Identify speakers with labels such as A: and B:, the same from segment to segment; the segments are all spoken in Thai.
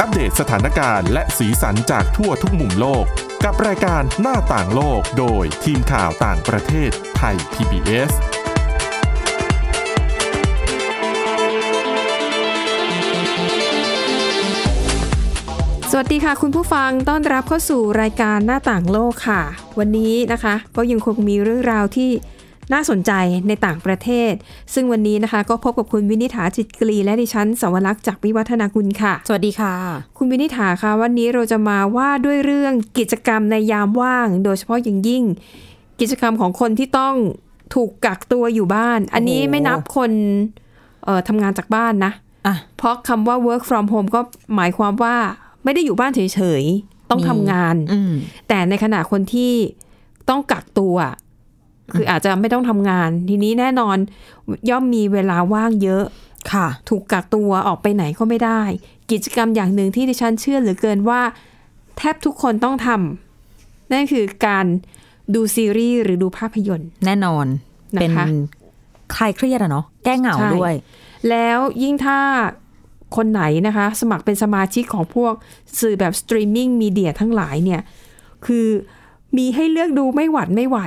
A: อัปเดตสถานการณ์และสีสันจากทั่วทุกมุมโลก กับรายการหน้าต่างโลกโดยทีมข่าวต่างประเทศไทย PBS
B: สวัสดีค่ะ คุณผู้ฟังต้อนรับเข้าสู่รายการหน้าต่างโลกค่ะ วันนี้นะคะ ก็ยังคงมีเรื่องราวที่น่าสนใจในต่างประเทศ ซึ่งวันนี้นะคะ ก็พบกับคุณวินิษฐาจิตกรีและดิฉันสวรักษ์จากวิวัฒนาคุณค่ะ
C: สวัสดีค่ะ
B: คุณวินิษฐาคะวันนี้เราจะมาว่าด้วยเรื่องกิจกรรมในยามว่าง โดยเฉพาะอย่างยิ่ง กิจกรรมของคนที่ต้องถูกกักตัวอยู่บ้าน อันนี้
C: โอ้โห
B: ไม่นับคนเอ่อทำงานจากบ้านนะ
C: อ่ะ
B: เพราะคำว่า work from home ก็หมายความว่าไม่ได้อยู่บ้านเฉยๆ ต้อง
C: มี
B: ทำงาน
C: อืม
B: แต่ในขณะคนที่ต้องกักตัว คืออาจจะไม่ต้องทำงาน ทีนี้แน่นอนย่อมมีเวลาว่างเยอะ
C: ค่ะ
B: ถูกกักตัวออกไปไหนก็ไม่ได้ กิจกรรมอย่างหนึ่งที่ดิฉันเชื่อเหลือเกินว่า แทบทุกคนต้องทำนั่นคือการดูซีรีส์หรือดูภาพยนตร์
C: แน่นอน
B: นะคะ
C: เป็นคลายเครียดอะเนาะ แก้เหงา
B: ใช่
C: ด้วย
B: แล้วยิ่งถ้าคนไหนนะคะ สมัครเป็นสมาชิกของพวกสื่อแบบสตรีมมิ่งมีเดียทั้งหลายเนี่ย คือมีให้เลือกดูไม่หวัดไม่ไหว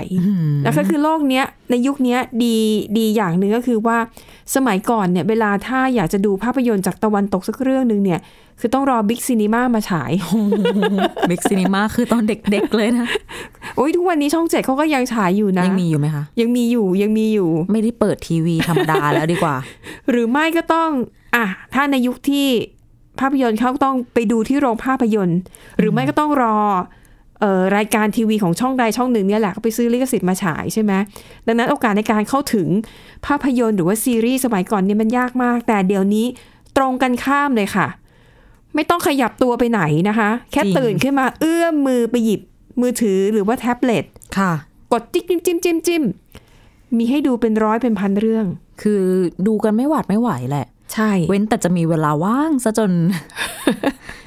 B: แล้วก็คือโลกเนี้ยในยุคเนี้ยดีดีอย่างหนึ่งก็คือว่าสมัยก่อนเนี่ยเวลาถ้าอยากจะดูภาพยนตร์จากตะวันตกสักเรื่องหนึ่งเนี่ย คือต้องรอบิ๊กซีนีมามาฉาย
C: บิ๊กซีนีมาคือตอนเด็กๆเลยนะ
B: โอ้ยทุกวันนี้ช่องเจ็ดเขาก็ยังฉายอยู่นะ
C: ยังมีอยู่ไหมคะ
B: ยังมีอยู่ยังมีอยู่
C: ไม่ได้เปิดทีวีธรรมดาแล้วดีกว่า
B: หรือไม่ก็ต้อง อ่ะ ถ้าในยุคที่ภาพยนตร์เขาต้องไปดูที่โรงภาพยนตร์ หรือไม่ก็ต้องรอเอ่อรายการทีวีของช่องใดช่องหนึ่งเนี่ยแหละก็ไปซื้อลิขสิทธิ์มาฉายใช่ไหมดังนั้นโอกาสในการเข้าถึงภาพยนตร์หรือว่าซีรีส์สมัยก่อนเนี่ยมันยากมาก แต่เดี๋ยวนี้ตรงกันข้ามเลยค่ะ ไม่ต้องขยับตัวไปไหนนะคะ แค่
C: จริง
B: ตื่นขึ้นมาเอื้อมมือไปหยิบมือถือหรือว่าแท็บเล็ต
C: ค่ะ
B: กดจิ๊กจิ้มจิ้มจิ้มจิ้มมีให้ดูเป็นร้อยเป็นพันเรื่อง
C: คือดูกันไม่หวาดไม่ไหวแหละ
B: ใช่
C: เว้นแต่จะมีเวลาว่างซะจ น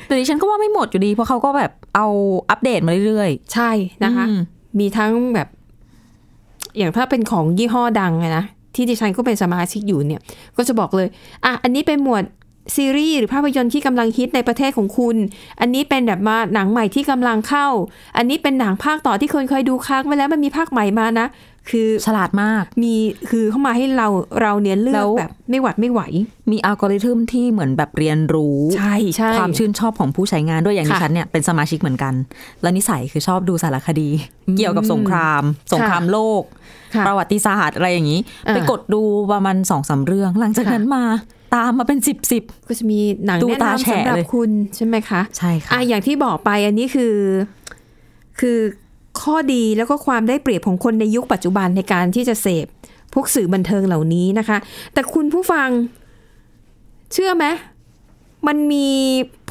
C: แต่ดิฉันก็ว่าไม่หมดอยู่ดี เพราะเขาก็แบบเอาอัปเดตมาเรื่อย
B: ใช่
C: ๆ
B: นะคะ
C: อืม
B: มีทั้งแบบ อย่างถ้าเป็นของยี่ห้อดังอะนะ ที่ดิฉันก็เป็นสมาชิกอยู่เนี่ย ก็จะบอกเลย อ่ะ อันนี้เป็นหมวดซีรีส์หรือภาพยนตร์ที่กำลังฮิตในประเทศของคุณ อันนี้เป็นแบบมาหนังใหม่ที่กำลังเข้า อันนี้เป็นหนังภาคต่อที่คนเคยดูค้างไว้แล้วมันมีภาคใหม่มานะ คือ
C: ฉลาดมาก
B: มีคือเข้ามาให้เราเราเนี่ยเลื
C: แล้
B: อก
C: ว
B: แบบ ไม่หวัดไม่ไหว
C: มีอัลกอริทึมที่เหมือนแบบเรียนรู้
B: ใช่ใช่
C: ความชื่นชอบของผู้ใช้งานด้วยอย่าง
B: ค่ะ
C: ดิฉันเนี่ยเป็นสมาชิกเหมือนกัน และนิสัยคือชอบดูสารคดี เกี่ยวกับสงคราม สงครามโลก
B: ค่ะ
C: ประวัติศาสตร์อะไรอย่างนี้
B: อ่า
C: ไปกดดูประมาณสองสามเรื่อง หลังจาก
B: ค่ะ
C: นั้นมาตามมาเป็นสิบสิบ
B: ก็จะมีหนัง
C: ดูตา
B: แนะำ
C: น
B: สำ
C: แฉะ
B: หรับ
C: เลย
B: คุณใช่ไหมคะ
C: ใช่ค่ะ
B: อ่ะอย่างที่บอกไปอันนี้คือคือข้อดีแล้วก็ความได้เปรียบของคนในยุคปัจจุบันในการที่จะเสพพวกสื่อบันเทิงเหล่านี้นะคะ แต่คุณผู้ฟังเชื่อไหมมันมี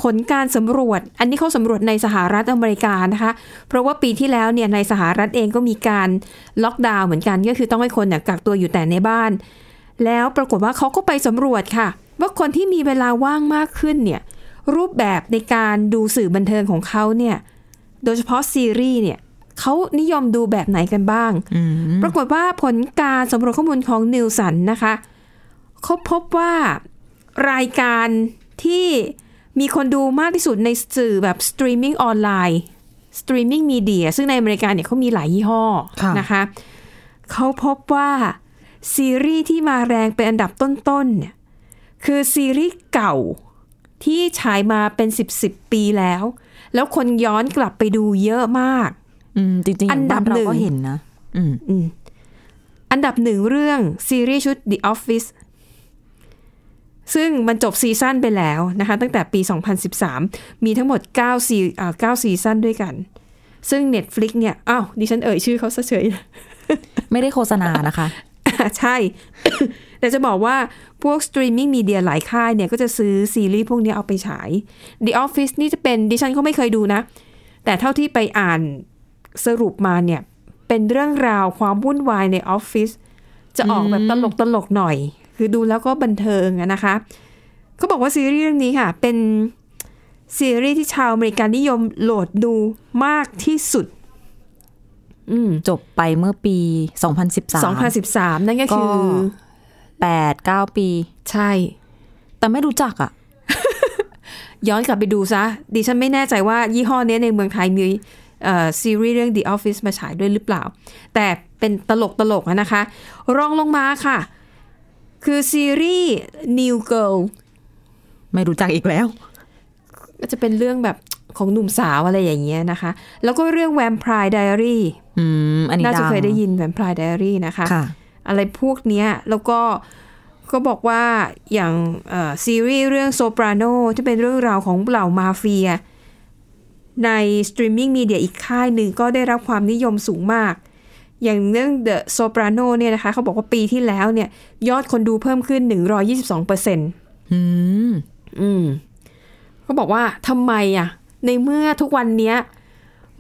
B: ผลการสำรวจ อันนี้เขาสำรวจในสหรัฐอเมริกานะคะ เพราะว่าปีที่แล้วเนี่ยในสหรัฐเองก็มีการล็อกดาวน์เหมือนกัน ก็คือต้องให้คนเนี่ยกักตัวอยู่แต่ในบ้าน แล้วปรากฏว่าเขาก็ไปสำรวจค่ะ ว่าคนที่มีเวลาว่างมากขึ้นเนี่ย รูปแบบในการดูสื่อบันเทิงของเขาเนี่ย โดยเฉพาะซีรีส์เนี่ยเขานิยมดูแบบไหนกันบ้าง ปรากฏว่าผลการสำรวจข้อมูลของนิวสันนะคะเขาพบว่ารายการที่มีคนดูมากที่สุดในสื่อแบบสตรีมมิ่งออนไลน์สตรีมมิ่งมีเดียซึ่งในอเมริกาเนี่ยเขามีหลายยี่ห้อ
C: ค่ะ
B: นะคะเขาพบว่าซีรีส์ที่มาแรงเป็นอันดับต้นๆเนี่ยคือซีรีส์เก่า ที่ฉายมาเป็นสิบสิบปีแล้ว แล้วคนย้อนกลับไปดูเยอะมาก
C: อืมจริงๆ
B: อันดับ
C: บ้าเรา
B: หนึ่ง
C: ก็เห็นนะ อืม
B: อืมอันดับหนึ่งเรื่องซีรีส์ชุด The Office ซึ่งมันจบซีซั่นไปแล้วนะคะ ตั้งแต่ปี 2013 มีทั้งหมด9ซีอ่า9ซีซั่นด้วยกัน ซึ่ง Netflix เนี่ย อ้าว ดิฉันเอ่ยชื่อเขาซะเฉย
C: ไม่ได้โฆษณานะคะ
B: ใช่ แต่จะบอกว่าพวกสตรีมมิ่งมีเดียหลายค่ายเนี่ยก็จะซื้อซีรีส์พวกเนี้ยเอาไปฉาย The Office นี่จะเป็นดิฉันก็ไม่เคยดูนะ แต่เท่าที่ไปอ่านสรุปมาเนี่ย เป็นเรื่องราวความวุ่นวายในออฟฟิศจะออกแบบตลกตลกๆหน่อย คือดูแล้วก็บันเทิงอะนะคะ เขาบอกว่าซีรีส์เรื่องนี้ค่ะ เป็นซีรีส์ที่ชาวอเมริกันนิยมโหลดดูมากที่สุด อืม
C: จบไปเมื่อปี 2013
B: 2013 นั่นก็คือ
C: ก็ 8 9 ปี
B: ใช่
C: แต่ไม่รู้จักอะ
B: ย้อนกลับไปดูซะ ดิฉันไม่แน่ใจว่ายี่ห้อเนี้ยในเมืองไทยมีเอ่อซีรีส์เรื่อง The Office มาฉายด้วยหรือเปล่า แต่เป็นตลกตลกๆอะนะคะ รองลงมาค่ะ คือซีรีส์ New Girl
C: ไม่รู้จักอีกแล้ว
B: ก็จะเป็นเรื่องแบบของหนุ่มสาวอะไรอย่างเงี้ยนะคะ แล้วก็เรื่อง Vampire Diary
C: อืม อันนี้
B: น่าจะ
C: ง
B: เคยได้ยิน Vampire Diary นะคะ
C: ค่ะ
B: อะไรพวกเนี้ยแล้วก็ก็บอกว่าอย่างเอ่อซีรีส์เรื่องโซปราโนที่เป็นเรื่องราวของเหล่ามาเฟีย ในสตรีมมิ่งมีเดียอีกค่ายหนึ่งก็ได้รับความนิยมสูงมาก อย่างเรื่อง The Soprano เนี่ยนะคะเขาบอกว่าปีที่แล้วเนี่ยยอดคนดูเพิ่มขึ้น 122เปอร์เซ็นต์
C: อืม
B: อืมเขาบอกว่าทำไมอ่ะ ในเมื่อทุกวันเนี้ย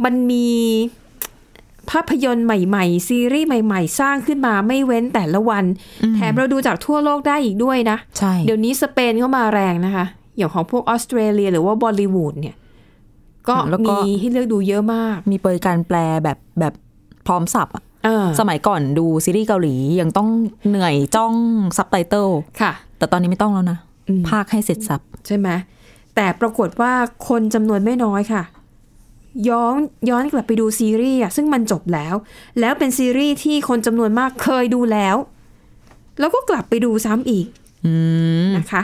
B: มันมีภาพยนตร์ใหม่ ๆ ซีรีส์ใหม่ ๆ สร้างขึ้นมาไม่เว้นแต่ละวัน
C: อืม
B: แถมเราดูจากทั่วโลกได้อีกด้วยนะ
C: ใช่
B: เดี๋ยวนี้สเปนเข้ามาแรงนะคะ อย่างของพวกออสเตรเลีย หรือว่าบอลลีวูดเนี่ย ก็มีให้เลือกดูเยอะมาก
C: มีเปิดการแปลแบบแบบพร้อมสับอะ
B: เออ
C: สมัยก่อนดูซีรีส์เกาหลียังต้องเหนื่อยจ้องซับไตเติล
B: ค่ะ
C: แต่ตอนนี้ไม่ต้องแล้วนะ
B: อืม
C: ภาคให้เสร็จสับ
B: ใช่ไหมแต่ปรากฏว่าคนจำนวนไม่น้อยค่ะ ย้อนย้อนกลับไปดูซีรีส์อะซึ่งมันจบแล้ว แล้วเป็นซีรีส์ที่คนจำนวนมากเคยดูแล้ว แล้วก็กลับไปดูซ้ำอีก
C: อืม
B: นะคะ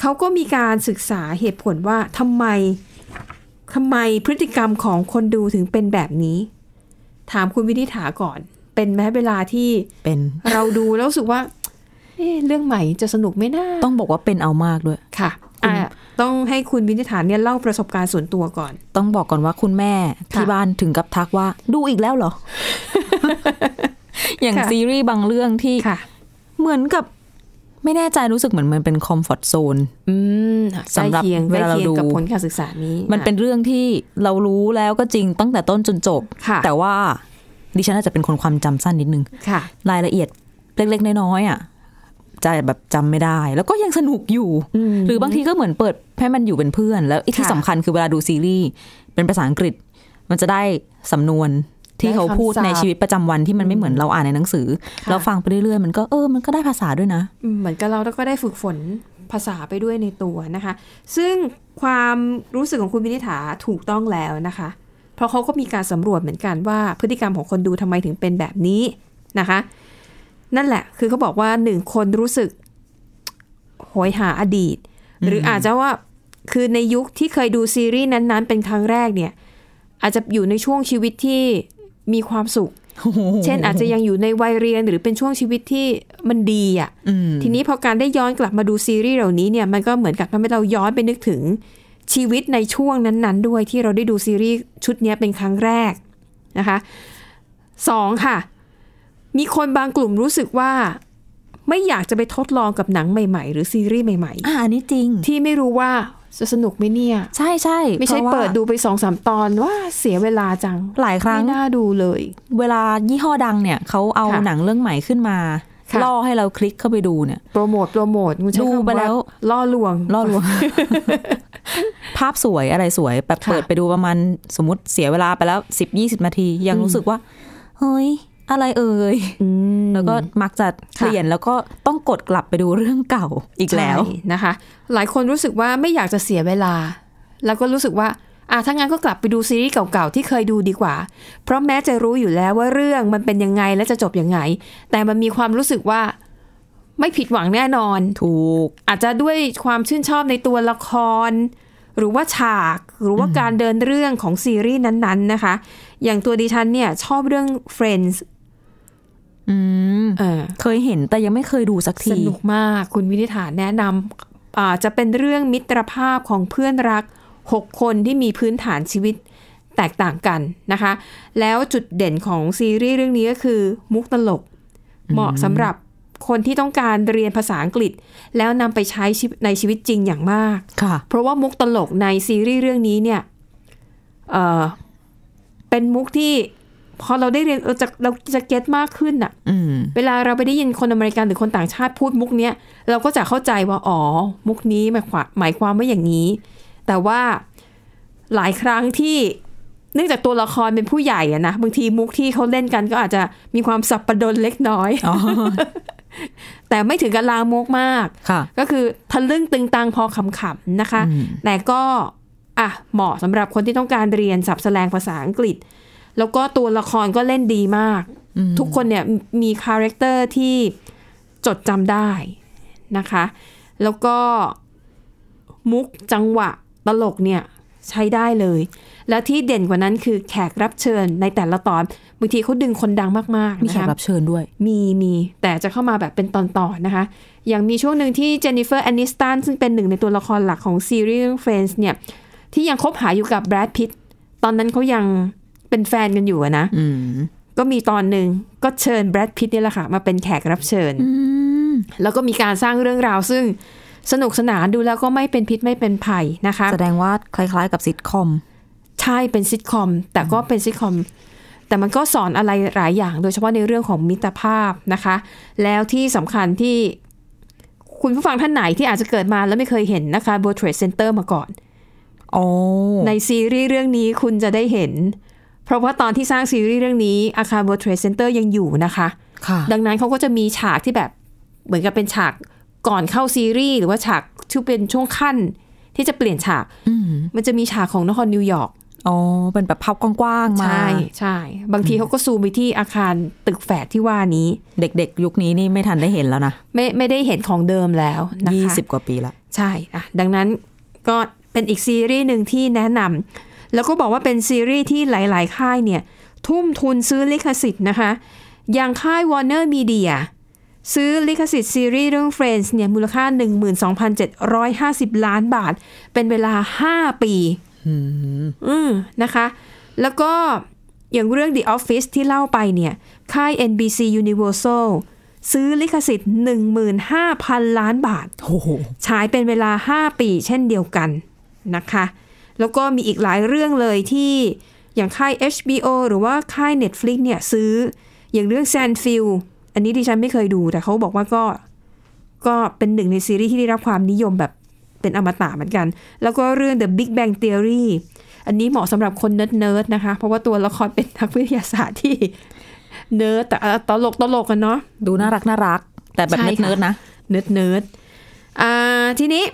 B: เขาก็มีการศึกษาเหตุผลว่าทำไมทำไมพฤติกรรมของคนดูถึงเป็นแบบนี้ ถามคุณวินิษฐาก่อน เป็นไหมเวลาที่
C: เป็น
B: เราดูแล้วรู้สึกว่าเอ๊ะเรื่องใหม่จะสนุกไหมนะ
C: ต้องบอกว่าเป็นเอามากด้วย
B: ค่ะอ่ะ ต้องให้คุณวินิษฐานเนี่ยเล่าประสบการณ์ส่วนตัวก่อน
C: ต้องบอกก่อนว่าคุณแม่
B: ค่ะ
C: ที่บ้านถึงกับทักว่าดูอีกแล้วเหรอ อย่าง
B: ค่ะ
C: ซีรีส์บางเรื่องที่
B: ค่ะ
C: เหมือนกับ ไม่แน่ใจรู้สึกเหมือนมันเป็นคอมฟอร์ z โซน
B: อืม
C: สำหรับ
B: ใกล้เคียง
C: เว
B: ใกล้
C: ลาเรา
B: เคียง
C: ดู
B: กับผลการศึกษานี้
C: มันเป็นเรื่องที่เรารู้แล้วก็จริงตั้งแต่ต้นจนจบ
B: ค่ะ
C: แต่ว่าดิฉันอาจจะเป็นคนความจำสั้นนิดนึง
B: ค่ะ
C: รายละเอียดเล็กๆ น้อยๆอ่ะจะแบบจำไม่ได้ แล้วก็ยังสนุกอยู่
B: อืม
C: หรือบางทีก็เหมือนเปิดให้มันอยู่เป็นเพื่อน แล้วไอ้ที่
B: ค่ะ
C: สำคัญคือเวลาดูซีรีส์เป็นภาษาอังกฤษ มันจะได้สำนวนที่เขาพูด
B: ได้คำศัพท์
C: ในชีวิตประจำวันที่มันไม่เหมือนเราอ่านในหนังสือ
B: ค่ะ
C: เราฟังไปเรื่อยๆ มันก็เออมันก็ได้ภาษาด้วยนะ
B: อืมเหมือนกับเราก็ได้ฝึกฝนภาษาไปด้วยในตัวนะคะ ซึ่งความรู้สึกของคุณวินิษฐาถูกต้องแล้วนะคะ เพราะเขาก็มีการสำรวจเหมือนกันว่า พฤติกรรมของคนดูทำไมถึงเป็นแบบนี้นะคะ นั่นแหละ คือเขาบอกว่าหนึ่งคนรู้สึกโหยหาอดีต หรืออาจจะว่าคือในยุคที่เคยดูซีรีส์นั้นๆ เป็นครั้งแรกเนี่ย อาจจะอยู่ในช่วงชีวิตที่มีความสุข เช่นอาจจะยังอยู่ในวัยเรียนหรือเป็นช่วงชีวิตที่มันดีอ่ะ
C: อืม
B: ทีนี้พอการได้ย้อนกลับมาดูซีรีส์เหล่านี้เนี่ยมันก็เหมือนกับทำให้เราย้อนไปนึกถึงชีวิตในช่วงนั้นๆ ด้วยที่เราได้ดูซีรีส์ชุดเนี้ยเป็นครั้งแรกนะคะสองค่ะ มีคนบางกลุ่มรู้สึกว่า ไม่อยากจะไปทดลองกับหนังใหม่ๆ หรือซีรีส์ใหม่
C: อ่าอันนี้จริง
B: ๆ ที่ไม่รู้ว่าจะสนุกไหมเนี่ย
C: ใช่ใช่
B: ไม่ใช่
C: พราะว่า
B: เปิดดูไปสองสามตอนว่าเสียเวลาจัง
C: หลายครั้ง
B: ไม่น่าดูเลย
C: เวลายี่ห้อดังเนี่ยเขาเอา
B: ค่ะ
C: หนังเรื่องใหม่ขึ้นมา
B: ค่ะ
C: ล่อให้เราคลิกเข้าไปดูเนี่ย
B: โปรโมทโปรโมทคุณใช้
C: ดู
B: คำา
C: ไปแล้ว
B: ล่อลวง
C: ล่อ ลวง ภาพสวยอะไรสวยแบบ
B: ค่ะ
C: เปิดไปดูประมาณสมมติเสียเวลาไปแล้วสิบยี่สิบนาที ยังรู้สึกว่า เฮ้ย อะไรเอ่ย
B: อืม
C: แล้วก็มักจะเป
B: ค่ะ
C: ลี่ยนแล้วก็ต้องกดกลับไปดูเรื่องเก่าอีกแล้ว
B: ใช่นะคะ หลายคนรู้สึกว่าไม่อยากจะเสียเวลา แล้วก็รู้สึกว่าอ่ะถ้างั้นก็กลับไปดูซีรีส์เก่าๆ ที่เคยดูดีกว่า เพราะแม้จะรู้อยู่แล้วว่าเรื่องมันเป็นยังไงและจะจบยังไง แต่มันมีความรู้สึกว่าไม่ผิดหวังแน่นอน
C: ถูก
B: อาจจะด้วยความชื่นชอบในตัวละคร หรือว่าฉาก หรือว่าการเดินเรื่องของซีรีส์นั้นๆนะคะ อย่างตัวดิฉันเนี่ยชอบเรื่อง Friends
C: อืม
B: เออ
C: เคยเห็นแต่ยังไม่เคยดูสัก
B: ส
C: ที
B: นุกมากคุณวินิษฐานแนะนำอ่าจะเป็นเรื่องมิตรภาพของเพื่อนรัก 6 คนที่มีพื้นฐานชีวิตแตกต่างกันนะคะ แล้วจุดเด่นของซีรีส์เรื่องนี้ก็คือมุกตลก เหมาะสำหรับคนที่ต้องการเรียนภาษาอังกฤษ แล้วนำไปใช้ชีวิตในชีวิตจริงอย่างมาก
C: ค่ะ
B: เพราะว่ามุกตลกในซีรีส์เรื่องนี้เนี่ยเอ่อเป็นมุกที่พอเราได้เรียนเราจะเราจะเก็ตมากขึ้นอะ
C: อืม
B: เวลาเราไปได้ยินคนอเมริกันหรือคนต่างชาติพูดมุกเนี้ยเราก็จะเข้าใจว่าอ๋อมุกนี้หมายความหมายความว่าอย่างนี้ แต่ว่าหลายครั้งที่เนื่องจากตัวละครเป็นผู้ใหญ่อะนะบางทีมุกที่เขาเล่นกันก็อาจจะมีความสับประดนเล็กน้อย
C: อ๋อ
B: แต่ไม่ถึงกับลามกมาก
C: ค่ะ
B: ก็คือทะลึ่งตึงตังพอขำๆนะคะ
C: อืม
B: แต่ก็อ่ะเหมาะสำหรับคนที่ต้องการเรียนสับแสลงภาษาอังกฤษ แล้วก็ตัวละครก็เล่นดีมาก ทุกคนเนี่ยมีคาแรคเตอร์ที่จดจำได้นะคะ แล้วก็มุกจังหวะตลกเนี่ยใช้ได้เลย แล้วที่เด่นกว่านั้นคือแขกรับเชิญในแต่ละตอนบางทีเขาดึงคนดังมากๆ
C: มี
B: นะ
C: แขก
B: คะ
C: รับเชิญด้วย
B: มีมีแต่จะเข้ามาแบบเป็นตอนๆนะคะ อย่างมีช่วงหนึ่งที่เจนนิเฟอร์แอนนิสตันซึ่งเป็นหนึ่งในตัวละครหลักของซีรีส์ Friends เนี่ยที่ยังคบหาอยู่กับแบรดพิตต์ตอนนั้นเขายังเป็นแฟนกันอยู่อะนะ
C: อืม
B: ก็มีตอนหนึ่งก็เชิญแบรดพิตต์นี่แหละค่ะ มาเป็นแขกรับเชิญ แล้วก็มีการสร้างเรื่องราวซึ่งสนุกสนานดูแล้วก็ไม่เป็นพิษไม่เป็นภัยนะคะ
C: แสดงว่าคล้ายๆกับซิทคอม
B: ใช่เป็นซิทคอม แต่ก็เป็นซิทคอม แต่มันก็สอนอะไรหลายอย่าง โดยเฉพาะในเรื่องของมิตรภาพนะคะ แล้วที่สำคัญที่คุณผู้ฟังท่านไหนที่อาจจะเกิดมาแล้วไม่เคยเห็นนะคะ World Trade Center มาก่อน
C: โอ้
B: ในซีรีส์เรื่องนี้คุณจะได้เห็น เพราะว่าตอนที่สร้างซีรีส์เรื่องนี้อาคาร World Trade Center ยังอยู่นะคะ
C: ค่ะ
B: ดังนั้นเขาก็จะมีฉากที่แบบเหมือนกับเป็นฉากก่อนเข้าซีรีส์หรือว่าฉากที่เป็นช่วงขั้นที่จะเปลี่ยนฉาก
C: อืม
B: มันจะมีฉากของนครนิวยอร์ก
C: อ๋อเป็นแบบภาพกว้างๆมา
B: ใช่ใช่ บางทีเขาก็ซูมไปที่อาคารตึกแฝดที่ว่านี้
C: เด็กๆ ยุคนี้นี่ไม่ทันได้เห็นแล้วนะ
B: ไม่ไม่ได้เห็นของเดิมแล้วนะคะ
C: ยี่สิบกว่าปีละ
B: ใช่อ่ะดังนั้นก็เป็นอีกซีรีส์หนึ่งที่แนะนำแล้วก็บอกว่าเป็นซีรีส์ที่หลายๆ ค่ายเนี่ย ทุ่มทุนซื้อลิขสิทธิ์นะคะ อย่างค่าย Warner Media ซื้อลิขสิทธิ์ซีรีส์เรื่อง Friends เนี่ยมูลค่า 12,750 ล้านบาท เป็นเวลา 5 ปี อืมนะคะ แล้วก็อย่างเรื่อง The Office ที่เล่าไปเนี่ย ค่าย NBC Universal ซื้อลิขสิทธิ์ 15,000 ล้านบาท
C: โอ้โห
B: ฉายเป็นเวลา 5 ปีเช่นเดียวกันนะคะ แล้วก็มีอีกหลายเรื่องเลยที่อย่างค่าย HBO หรือว่าค่าย Netflix เนี่ยซื้ออย่างเรื่อง Sandfield อันนี้ดิฉันไม่เคยดู แต่เขาบอกว่าก็ก็เป็นหนึ่งในซีรีส์ที่ได้รับความนิยมแบบเป็นอมตะเหมือนกัน แล้วก็เรื่อง The Big Bang Theory อันนี้เหมาะสำหรับคนเนิร์ดๆนะคะ เพราะว่าตัวละครเป็นนักวิทยาศาสตร์ที่เนิร์ดแต่เอาตลกตลกๆกันเนาะ
C: ดูน่ารักน่ารัก แต่แบบ
B: ใช่ค่ะ
C: เนิร์ดๆนะ
B: เนิร์ดเนิร์ดอ่าทีนี้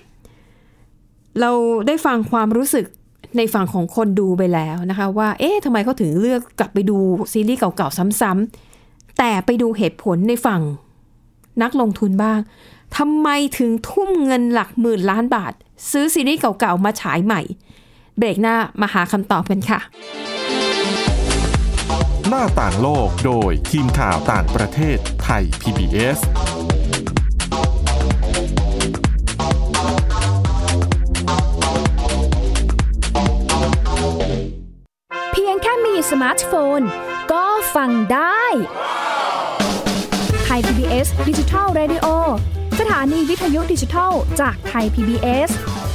B: เราได้ฟังความรู้สึกในฝั่งของคนดูไปแล้วนะคะ ว่า เอ๊ะทำไมเขาถึงเลือกกลับไปดูซีรีส์เก่าๆซ้ำๆแต่ไปดูเหตุผลในฝั่งนักลงทุนบ้างทำไมถึงทุ่มเงินหลักหมื่นล้านบาท ซื้อซีรีส์เก่าๆมาฉายใหม่ เบรกหน้ามาหาคำตอบกันค่ะ
A: หน้าต่างโลกโดยทีมข่าวต่างประเทศไทย PBS
D: เพียงแค่มีสมาร์ทโฟน ก็ฟังได้ไทย PBS ดิจิทัล Radio สถานีวิทยุดิจิทัลจากไทย PBS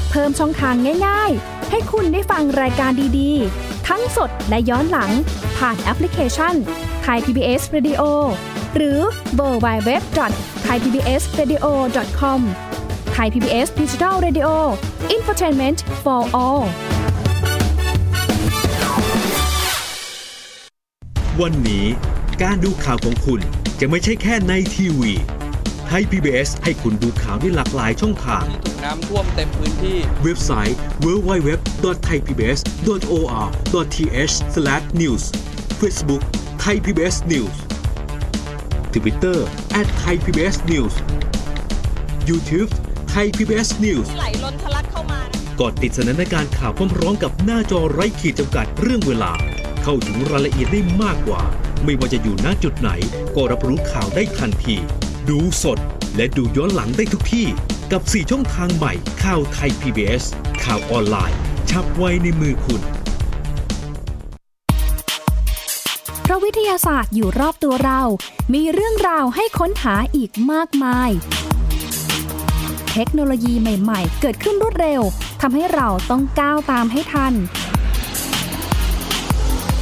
D: เพิ่มช่องทางง่ายๆ ให้คุณได้ฟังรายการดีๆ ทั้งสดและย้อนหลัง ผ่านแอปพลิเคชันไทย PBS Radio หรือเวอร์บายเว็บไทยพีบีเอสเรดิโอคอมไทยพีบีเอสดิจิทัลเรดิโออินฟอร์ทนเมนต์ for all
E: วันนี้การดูข่าวของคุณจะไม่ใช่แค่ในทีวีไทย PBS ให้คุณดูข่าวได้หลากหลายช่องทาง
F: ที่ถูกน้ำท่วมเต็มพื้นที่
E: เว็บไซต์ www.thaipbs.or.th/news Facebook Thai PBS News Twitter @thaipbsnews YouTube Thai PBS News
G: ไหลล้นทะลักเข้ามานะคะ
E: ก่อนติดสนันในการข่าวพร้อมๆกับหน้าจอไร้ขีดจำกัดเรื่องเวลา เข้าถึงรายละเอียดได้มากกว่า ไม่ว่าจะอยู่ณจุดไหน ก็รับรู้ข่าวได้ทันที ดูสดและดูย้อนหลังได้ทุกที่ กับ 4 ช่องทางใหม่ข่าวไทย PBS ข่าวออนไลน์ ชับไว้ในมือคุณ
D: เพราะวิทยาศาสตร์อยู่รอบตัวเรา มีเรื่องราวให้ค้นหาอีกมากมาย เทคโนโลยีใหม่ ๆ เกิดขึ้นรวดเร็ว ทำให้เราต้องก้าวตามให้ทัน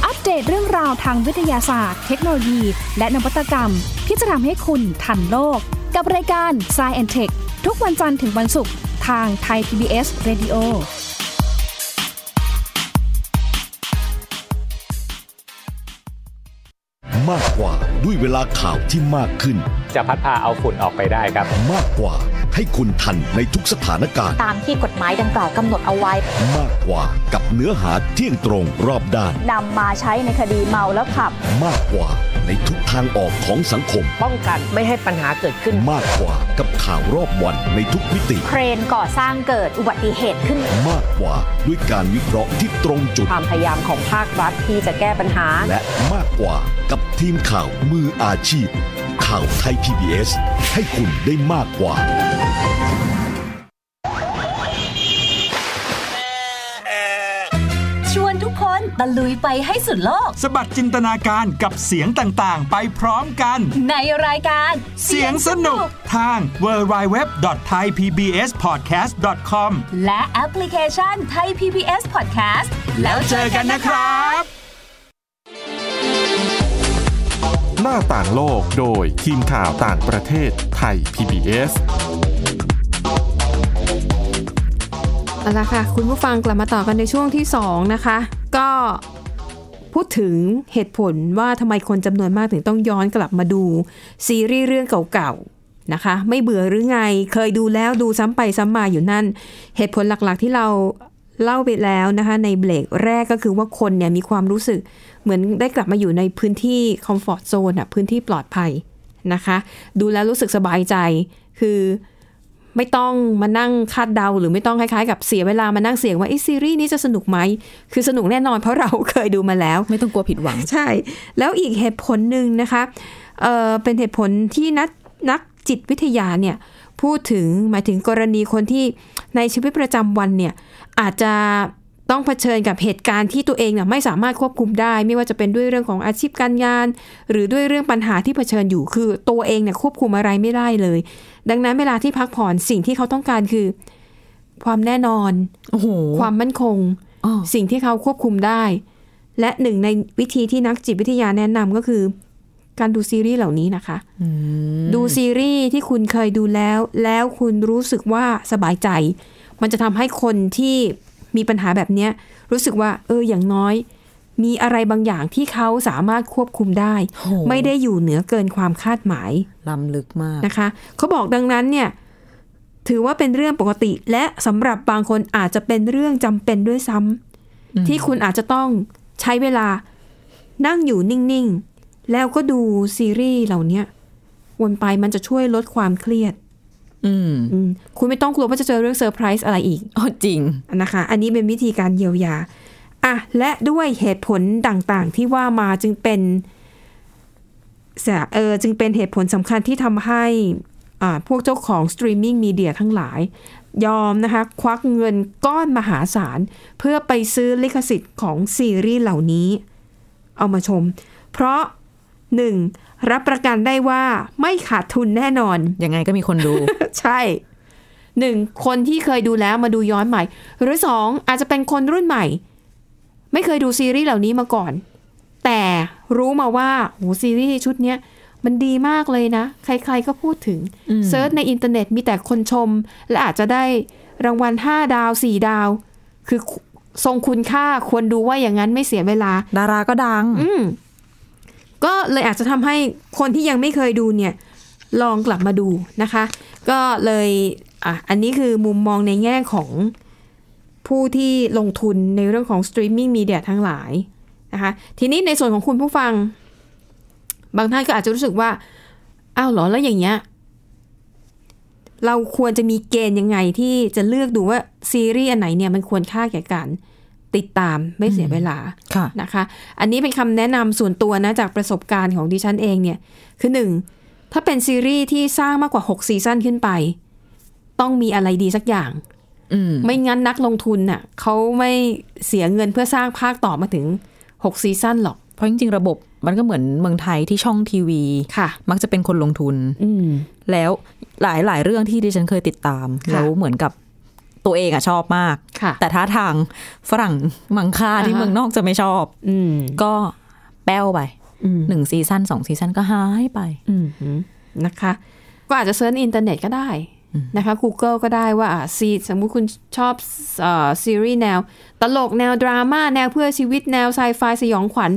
D: อัปเดตเรื่องราวทางวิทยาศาสตร์ เทคโนโลยี และนวัตกรรม ที่จะทำให้คุณทันโลก กับรายการ s c i e n t e c h ทุกวันจันทร์ถึงวันศุกร์ทางไทย PBS Radio
H: มากกว่าด้วยเวลาข่าวที่มากขึ้น
G: จะพัดพาเอาฝุ่นออกไปได้ครับ
H: มากกว่าให้คุณทันในทุกสถานการณ์
I: ตามที่กฎหมายดังกล่าวกำหนดเอาไว้
H: มากกว่ากับเนื้อหาเที่ยงตรงรอบด้าน
I: นำมาใช้ในคดีเมาแล้วขับ
H: มากกว่าในทุกทางออกของสังคม
J: ป้องกันไม่ให้ปัญหาเกิดขึ้น
H: มากกว่ากับข่าวรอบวันในทุกมิติ
I: เครนก่อสร้างเกิดอุบัติเหตุขึ้น
H: มากกว่าด้วยการวิเคราะห์ที่ตรงจุด
J: ความพยายามของภาครัฐที่จะแก้ปัญหา
H: และมากกว่ากับทีมข่าวมืออาชีพ ข่าวไทย PBS ให้คุณได้มากกว่า
I: ชวนทุกคนตะลุยไปให้สุดโลก
K: สบัดจินตนาการกับเสียงต่างๆ ไปพร้อมกัน
I: ในรายการ
K: เสียงสนุกทาง www.thaipbspodcast.com
I: และแอปพลิเคชันไทย PBS Podcast
K: แล้วเจอกันนะครับ
A: หน้าต่างโลกโดยทีมข่าวต่างประเทศไทย PBS
B: เอาละค่ะ คุณผู้ฟังกลับมาต่อกันในช่วงที่ 2 นะคะ ก็พูดถึงเหตุผลว่าทำไมคนจำนวนมากถึงต้องย้อนกลับมาดู ซีรีส์เรื่องเก่าๆนะคะ ไม่เบื่อหรือไงเคยดูแล้วดูซ้ำไปซ้ำมาอยู่นั่น เหตุผลหลักๆที่เราเล่าไปแล้วนะคะ ในเบรกแรกก็คือว่าคนเนี่ยมีความรู้สึกเหมือนได้กลับมาอยู่ในพื้นที่คอมฟอร์ทโซนอะพื้นที่ปลอดภัยนะคะ ดูแล้วรู้สึกสบายใจคือ ไม่ต้องมานั่งคาดเดาหรือไม่ต้องคล้ายๆ กับเสียเวลามานั่งเสียงว่าไอ้ซีรีส์นี้จะสนุกไหม คือสนุกแน่นอนเพราะ เรา เคยดูมาแล้ว
C: ไม่ต้องกลัวผิดหวัง
B: ใช่ แล้วอีกเหตุผลหนึ่งนะคะเอ่อเป็นเหตุผลที่นักนักจิตวิทยาเนี่ยพูดถึงหมายถึงกรณีคนที่ในชีวิตประจำวันเนี่ยอาจจะต้องเผชิญกับเหตุการณ์ที่ตัวเองเนี่ยไม่สามารถควบคุมได้ ไม่ว่าจะเป็นด้วยเรื่องของอาชีพการงาน หรือด้วยเรื่องปัญหาที่เผชิญอยู่คือตัวเองเนี่ยควบคุมอะไรไม่ได้เลย ดังนั้นเวลาที่พักผ่อนสิ่งที่เขาต้องการคือ ความแน่นอน
C: โอ้โห
B: ความมั่นคง
C: อ้อ
B: สิ่งที่เขาควบคุมได้ และหนึ่งในวิธีที่นักจิตวิทยาแนะนำก็คือ การดูซีรีส์เหล่านี้นะคะ ดูซีรีส์ที่คุณเคยดูแล้ว แล้วคุณรู้สึกว่าสบายใจ มันจะทำให้คนที่มีปัญหาแบบเนี้ยรู้สึกว่า เอออย่างน้อย มีอะไรบางอย่างที่เขาสามารถควบคุมได้
C: โห
B: ไม่ได้อยู่เหนือเกินความคาดหมาย
C: ล้ำลึกมาก
B: นะคะเขาบอกดังนั้นเนี่ยถือว่าเป็นเรื่องปกติ และสำหรับบางคนอาจจะเป็นเรื่องจำเป็นด้วยซ้ำที่คุณอาจจะต้องใช้เวลานั่งอยู่นิ่ง ๆ แล้วก็ดูซีรีส์เหล่าเนี้ยวนไปมันจะช่วยลดความเครียด
C: อืม
B: อืมคุณไม่ต้องกลัวว่าจะเจอเรื่องเซอร์ไพรส์อะไรอีก
C: อ๋อจริง
B: นะคะ อันนี้เป็นวิธีการเยียวยา อ่ะ และด้วยเหตุผลต่างๆ ที่ว่ามาจึงเป็นสะเออจึงเป็นเหตุผลสำคัญที่ทำให้อ่าพวกเจ้าของสตรีมมิ่งมีเดียทั้งหลาย ยอมนะคะ ควักเงินก้อนมหาศาล เพื่อไปซื้อลิขสิทธิ์ของซีรีส์เหล่านี้ เอามาชม เพราะหนึ่งรับประกันได้ว่าไม่ขาดทุนแน่นอน
C: ยังไงก็มีคนดู
B: ใช่หนึ่งคนที่เคยดูแล้วมาดูย้อนใหม่ หรือสองอาจจะเป็นคนรุ่นใหม่ ไม่เคยดูซีรีส์เหล่านี้มาก่อน แต่รู้มาว่าโหซีรีส์ชุดเนี้ยมันดีมากเลยนะ ใครๆก็พูดถึงเซิร์ชในอินเทอร์เน็ตมีแต่คนชม และอาจจะได้รางวัล 5 ดาว 4 ดาว คือทรงคุณค่าควรดูว่าอย่างนั้นไม่เสียเวลา
C: ดาราก็ดัง
B: อืมก็เลยอาจจะทำให้คนที่ยังไม่เคยดูเนี่ย ลองกลับมาดูนะคะ ก็เลยอ่ะอันนี้คือมุมมองในแง่ของผู้ที่ลงทุนในเรื่องของสตรีมมิ่งมีเดียทั้งหลายนะคะทีนี้ในส่วนของคุณผู้ฟัง บางท่านก็อาจจะรู้สึกว่า อ้าวเหรอแล้วอย่างเงี้ย เราควรจะมีเกณฑ์ยังไงที่จะเลือกดูว่าซีรีส์อันไหนเนี่ยมันควรค่าแก่การติดตามไม่เสียเวลา
C: ค่ะ
B: นะคะ อันนี้เป็นคำแนะนำส่วนตัวนะจากประสบการณ์ของดิฉันเองเนี่ย คือหนึ่ง ถ้าเป็นซีรีส์ที่สร้างมากกว่า 6 ซีซั่นขึ้นไป ต้องมีอะไรดีสักอย่าง
C: อืม
B: ไม่งั้นนักลงทุนน่ะเขาไม่เสียเงินเพื่อสร้างภาคต่อมาถึง 6 ซีซั่นหรอก
C: เพราะจริงๆ ระบบมันก็เหมือนเมืองไทยที่ช่องทีวี
B: ค่ะ
C: มักจะเป็นคนลงทุน
B: อืม
C: แล้วหลายหลายเรื่องที่ดิฉันเคยติดตาม
B: ค่ะ
C: แล้วเหมือนกับตัวเองอะชอบมาก
B: ค่ะ
C: แต่ท่าทางฝรั่งมังค่าที่
B: อ่าฮะ
C: เมืองนอกจะไม่ชอบ
B: อืม
C: ก็แป้วไป
B: อืม
C: หนึ่งซีซั่นสองซีซั่นก็หายไป
B: อืมหือนะคะ ก็อาจจะเซิร์ชในอินเทอร์เน็ตก็ได้นะคะ Google ก็ได้ว่าอ่ะซีสมมุติคุณชอบเอ่อซีรีส์แนว ตลกแนวดราม่าแนวเพื่อชีวิตแนวไซไฟสยองขวัญ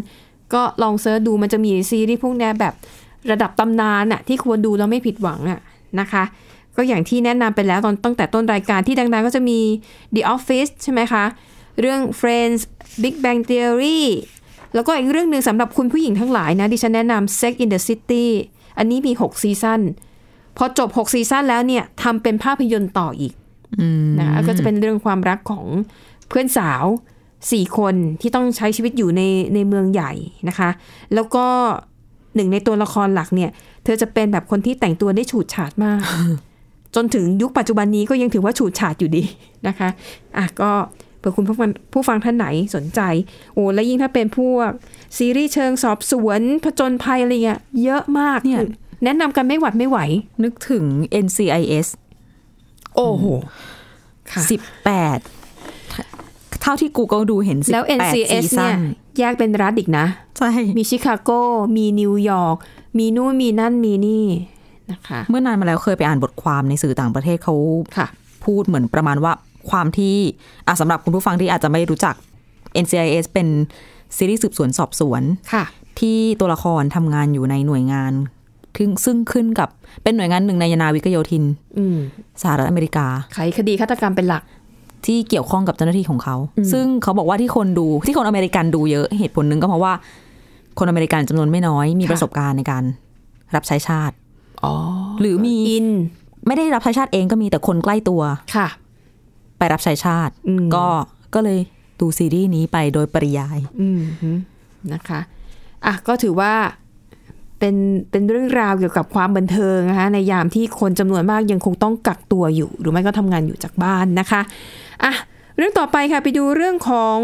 B: ก็ลองเซิร์ชดูมันจะมีซีรีส์พวกแนวแบบ ระดับตำนานอะที่ควรดูแล้วไม่ผิดหวังอะนะคะ ก็อย่างที่แนะนำไปแล้วตอนตั้งแต่ต้นรายการที่ดังๆ ก็จะมี The Office ใช่ไหมคะ เรื่อง Friends Big Bang Theory แล้วก็อีกเรื่องหนึ่งสำหรับคุณผู้หญิงทั้งหลายนะดิฉันแนะนำ Sex in the City อันนี้มี 6 ซีซั่นพอจบ 6 ซีซั่นแล้วเนี่ยทำเป็นภาพยนตร์ต่ออีก นะคะก็จะเป็นเรื่องความรักของเพื่อนสาวสี่คนที่ต้องใช้ชีวิตอยู่ในในเมืองใหญ่นะคะ แล้วก็หนึ่งในตัวละครหลักเนี่ย เธอจะเป็นแบบคนที่แต่งตัวได้ฉูดฉาด มาก จนถึงยุคปัจจุบันนี้ก็ยังถือว่าฉูดฉาดอยู่ดีนะคะอ่ะก็เผื่อคุณผู้ฟังผู้ฟังท่านไหนสนใจ โอ้แล้วยิ่งถ้าเป็นพวกซีรีส์เชิงสอบสวนผจญภัยอะไรเงี้ยเยอะมาก
C: เนี่ย
B: แนะนำกันไม่หวัดไม่ไหว
C: นึกถึง NCIS
B: โอ้โห ค่ะ
C: สิบแปดเท่าที่กูก็ดูเห็นสิบ
B: แล้ว
C: แปดซี
B: NCS
C: ซั่
B: เนี่ย
C: น
B: แยกเป็นรัฐอีกนะ
C: ใช่
B: มีชิคาโก มีนิวยอร์ก มีนู่น มีนั่น มีนี่นะคะ
C: เมื่อนานมาแล้วเคยไปอ่านบทความในสื่อต่างประเทศเขา
B: ค่ะ
C: พูดเหมือนประมาณว่าความที่อ่ะสำหรับคุณผู้ฟังที่อาจจะไม่รู้จัก NCIS เป็นซีรีส์สืบสวนสอบสวน
B: ค่ะ
C: ที่ตัวละครทำงานอยู่ในหน่วยงานซึ่งซึ่งขึ้นกับเป็นหน่วยงานหนึ่งในนาวิกโยธิน
B: อืม
C: สหรัฐอเมริกา
B: ไขคดีฆาตกรรมเป็นหลัก
C: ที่เกี่ยวข้องกับเจ้าหน้าที่ของเขา ซึ่งเขาบอกว่าที่คนดูที่คนอเมริกันดูเยอะเหตุผลหนึ่งก็เพราะว่า คนอเมริกันจำนวนไม่น้อยมี
B: ค่ะ
C: ประสบการณ์ในการรับใช้ชาติ
B: อ๋อ
C: หรือมี
B: อิน
C: ไม่ได้รับใช้ชาติเองก็มีแต่คนใกล้ตัว
B: ค่ะ
C: ไปรับใช้ชาติ
B: อืม
C: ก็ก็เลยดูซีรีส์นี้ไปโดยปริยาย
B: อืมฮึนะคะ อ่ะ ก็ถือว่าเป็นเป็นเรื่องราวเกี่ยวกับความบันเทิงนะคะ ในยามที่คนจำนวนมากยังคงต้องกักตัวอยู่ หรือไม่ก็ทำงานอยู่จากบ้านนะคะ อ่ะ เรื่องต่อไปค่ะ ไปดูเรื่องของ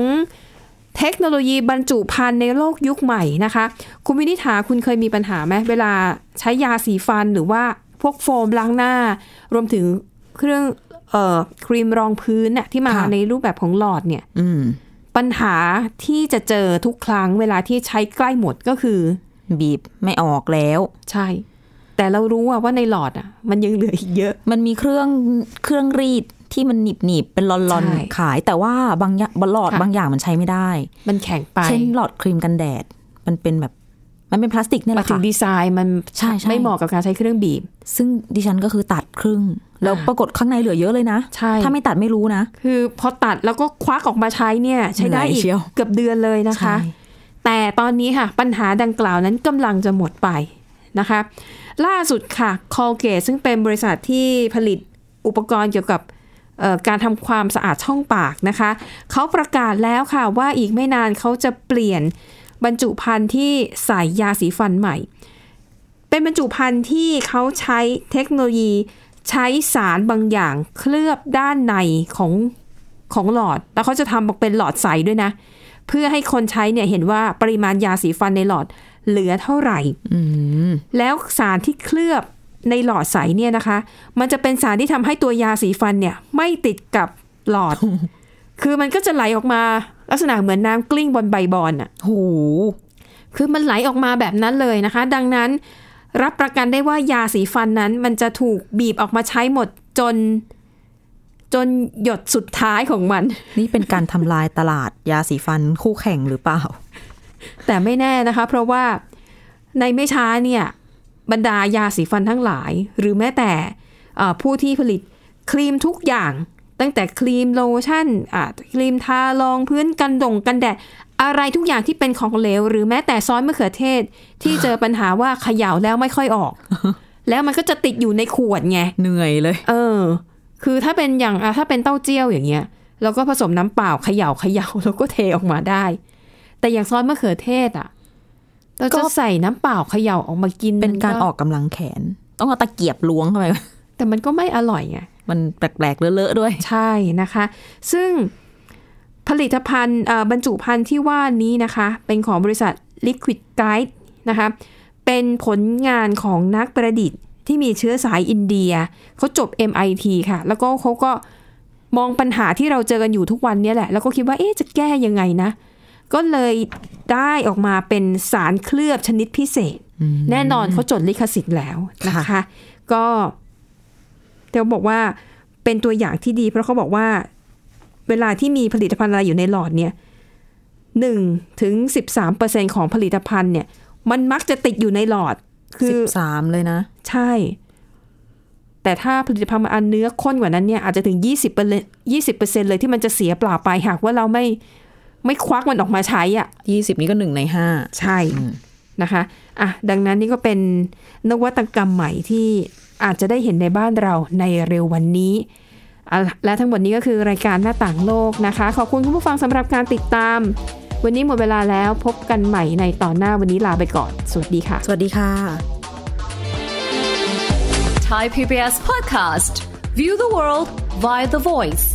B: เทคโนโลยีบรรจุภัณฑ์ในโลกยุคใหม่นะคะ คุณวินิษฐาคุณเคยมีปัญหาไหมเวลาใช้ยาสีฟันหรือว่าพวกโฟมล้างหน้า รวมถึงเครื่องเอ่อครีมรองพื้นน่ะที่มา
C: ค่ะ
B: ในรูปแบบของหลอดเนี่ย
C: อืม
B: ปัญหาที่จะเจอทุกครั้งเวลาที่ใช้ใกล้หมดก็คือ
C: บีบไม่ออกแล้ว
B: ใช่ แต่เรารู้อะว่าในหลอดอะมันยังเหลืออีกเยอะ
C: มันมีเครื่องเครื่องรีดที่มันหนีบหนีบๆเป็นลอน
B: ใช่
C: ๆขาย แต่ว่าบางอย่างหลอด
B: ค่ะ
C: บางอย่างมันใช้ไม่ได้
B: มันแข็งไป
C: เช่นหลอดครีมกันแดด มันเป็นแบบ มันเป็นพลาสติกเนี่ย
B: ห
C: แห
B: มาย
C: ละ
B: ถึ
C: ค่ะ
B: งดีไซน์มัน
C: ใช่ใช่
B: ไม่เหมาะกับการใช้เครื่องบีบ
C: ซึ่งดิฉันก็คือตัดครึ่ง แล้ว
B: อ่า
C: ปรากฏข้างในเหลือเยอะเลยนะ
B: ใช่
C: ถ้าไม่ตัดไม่รู้นะ
B: คือพอตัดแล้วก็ควักออกมาใช้เนี่ย ใช้ได้อีก
C: เหนื่อยเชียว
B: เกือบเดือนเลยนะคะ
C: ใช่
B: แต่ตอนนี้ค่ะ ปัญหาดังกล่าวนั้นกำลังจะหมดไปนะคะ ล่าสุดค่ะ Colgate ซึ่งเป็นบริษัทที่ผลิตอุปกรณ์เกี่ยวกับเอ่อการทำความสะอาดช่องปากนะคะ เขาประกาศแล้วค่ะว่าอีกไม่นานเขาจะเปลี่ยนบรรจุภัณฑ์ที่ใส่ยาสีฟันใหม่ เป็นบรรจุภัณฑ์ที่เขาใช้เทคโนโลยี ใช้สารบางอย่างเคลือบด้านในของของหลอด แล้วเขาจะทำออกเป็นหลอดใสด้วยนะ เพื่อให้คนใช้เนี่ยเห็นว่าปริมาณยาสีฟันในหลอดเหลือเท่าไหร่
C: อืม
B: แล้วสารที่เคลือบในหลอดใสเนี่ยนะคะ มันจะเป็นสารที่ทำให้ตัวยาสีฟันเนี่ยไม่ติดกับหล อด คือมันก็จะไหลออกมาลักษณะเหมือนน้ำกลิ้งบนใบบอลอะ
C: โห
B: คือมันไหลออกมาแบบนั้นเลยนะคะ ดังนั้นรับประกันได้ว่ายาสีฟันนั้น มันจะถูกบีบออกมาใช้หมดจน จนหยดสุดท้ายของมัน
C: นี่เป็นการทำลายตลาดยาสีฟันคู่แข่งหรือเปล่า
B: แต่ไม่แน่นะคะ เพราะว่าในไม่ช้าเนี่ยบรรดายาสีฟันทั้งหลาย หรือแม้แต่เอ่อผู้ที่ผลิตครีมทุกอย่าง ตั้งแต่ครีมโลชั่นอ่ะครีมทารองพื้นกันดงกันแดด อะไรทุกอย่างที่เป็นของเหลว หรือแม้แต่ซอสมะเขือเทศ ที่เจอปัญหาว่าเขย่าแล้วไม่ค่อยออก แล้วมันก็จะติดอยู่ในขวดไง
C: เหนื่อยเลย
B: เออ คือถ้าเป็นอย่างอ่ะถ้าเป็นเต้าเจี้ยวอย่างเงี้ย แล้วก็ผสมน้ำเปล่าเขย่าเขย่า แล้วก็เทออกมาได้ แต่อย่างซอสมะเขือเทศอ่ะ เรา
C: ก็
B: จะใส่น้ำเปล่าเขย่าออกมากิน
C: เป็นการ
B: มั
C: ออกกำลังแขน ต้องเอาตะเกียบล้วงเข้าไป
B: แต่มันก็ไม่อร่อยไง
C: มันแปลกๆเลอะๆด้วย
B: ใช่นะคะ ซึ่งผลิตภัณฑ์เอ่อบรรจุภัณฑ์ที่ว่านี้นะคะ เป็นของบริษัท Liquid Guide นะคะ เป็นผลงานของนักประดิษฐ์ที่มีเชื้อสายอินเดีย เขาจบ MIT ค่ะ แล้วก็เขาก็มองปัญหาที่เราเจอกันอยู่ทุกวันเนี้แหละ แล้วก็คิดว่า เอ๊ะ จะแก้ยังไงนะ ก็เลยได้ออกมาเป็นสารเคลือบชนิดพิเศษ แน่นอนเขาจดลิขสิทธิ์แล้วนะคะ ก็เดี๋ยวบอกว่า เป็นตัวอย่างที่ดีเพราะเขาบอกว่า เวลาที่มีผลิตภัณฑ์อะไรอยู่ในหลอดเนี่ยหนึ่งถึงสิบสามเปอร์เซ็นของผลิตภัณฑ์เนี่ย มันมักจะติดอยู่ในหลอด คือ
C: 13 เลยนะ
B: ใช่ แต่ถ้าผลิตภัณฑ์อันเนื้อข้นกว่านั้นเนี่ยอาจจะถึง 20เปอร์เซ็นต์เลยที่มันจะเสียเปล่าไปหากว่าเราไม่ไม่ควักมันออกมาใช้อ่ะ
C: 20 นี้ก็หนึ่งในห้า
B: ใช่นะคะอ่ะดังนั้นนี่ก็เป็นนวัตกรรมใหม่ที่อาจจะได้เห็นในบ้านเราในเร็ววันนี้เอาละและทั้งหมดนี้ก็คือรายการหน้าต่างโลกนะคะ ขอบคุณคุณผู้ฟังสำหรับการติดตาม วันนี้หมดเวลาแล้วพบกันใหม่ในตอนหน้าวันนี้ลาไปก่อน สวัสดีค่ะ
C: สวัสดีค่ะ
I: Thai PBS podcast. View the world via the voice.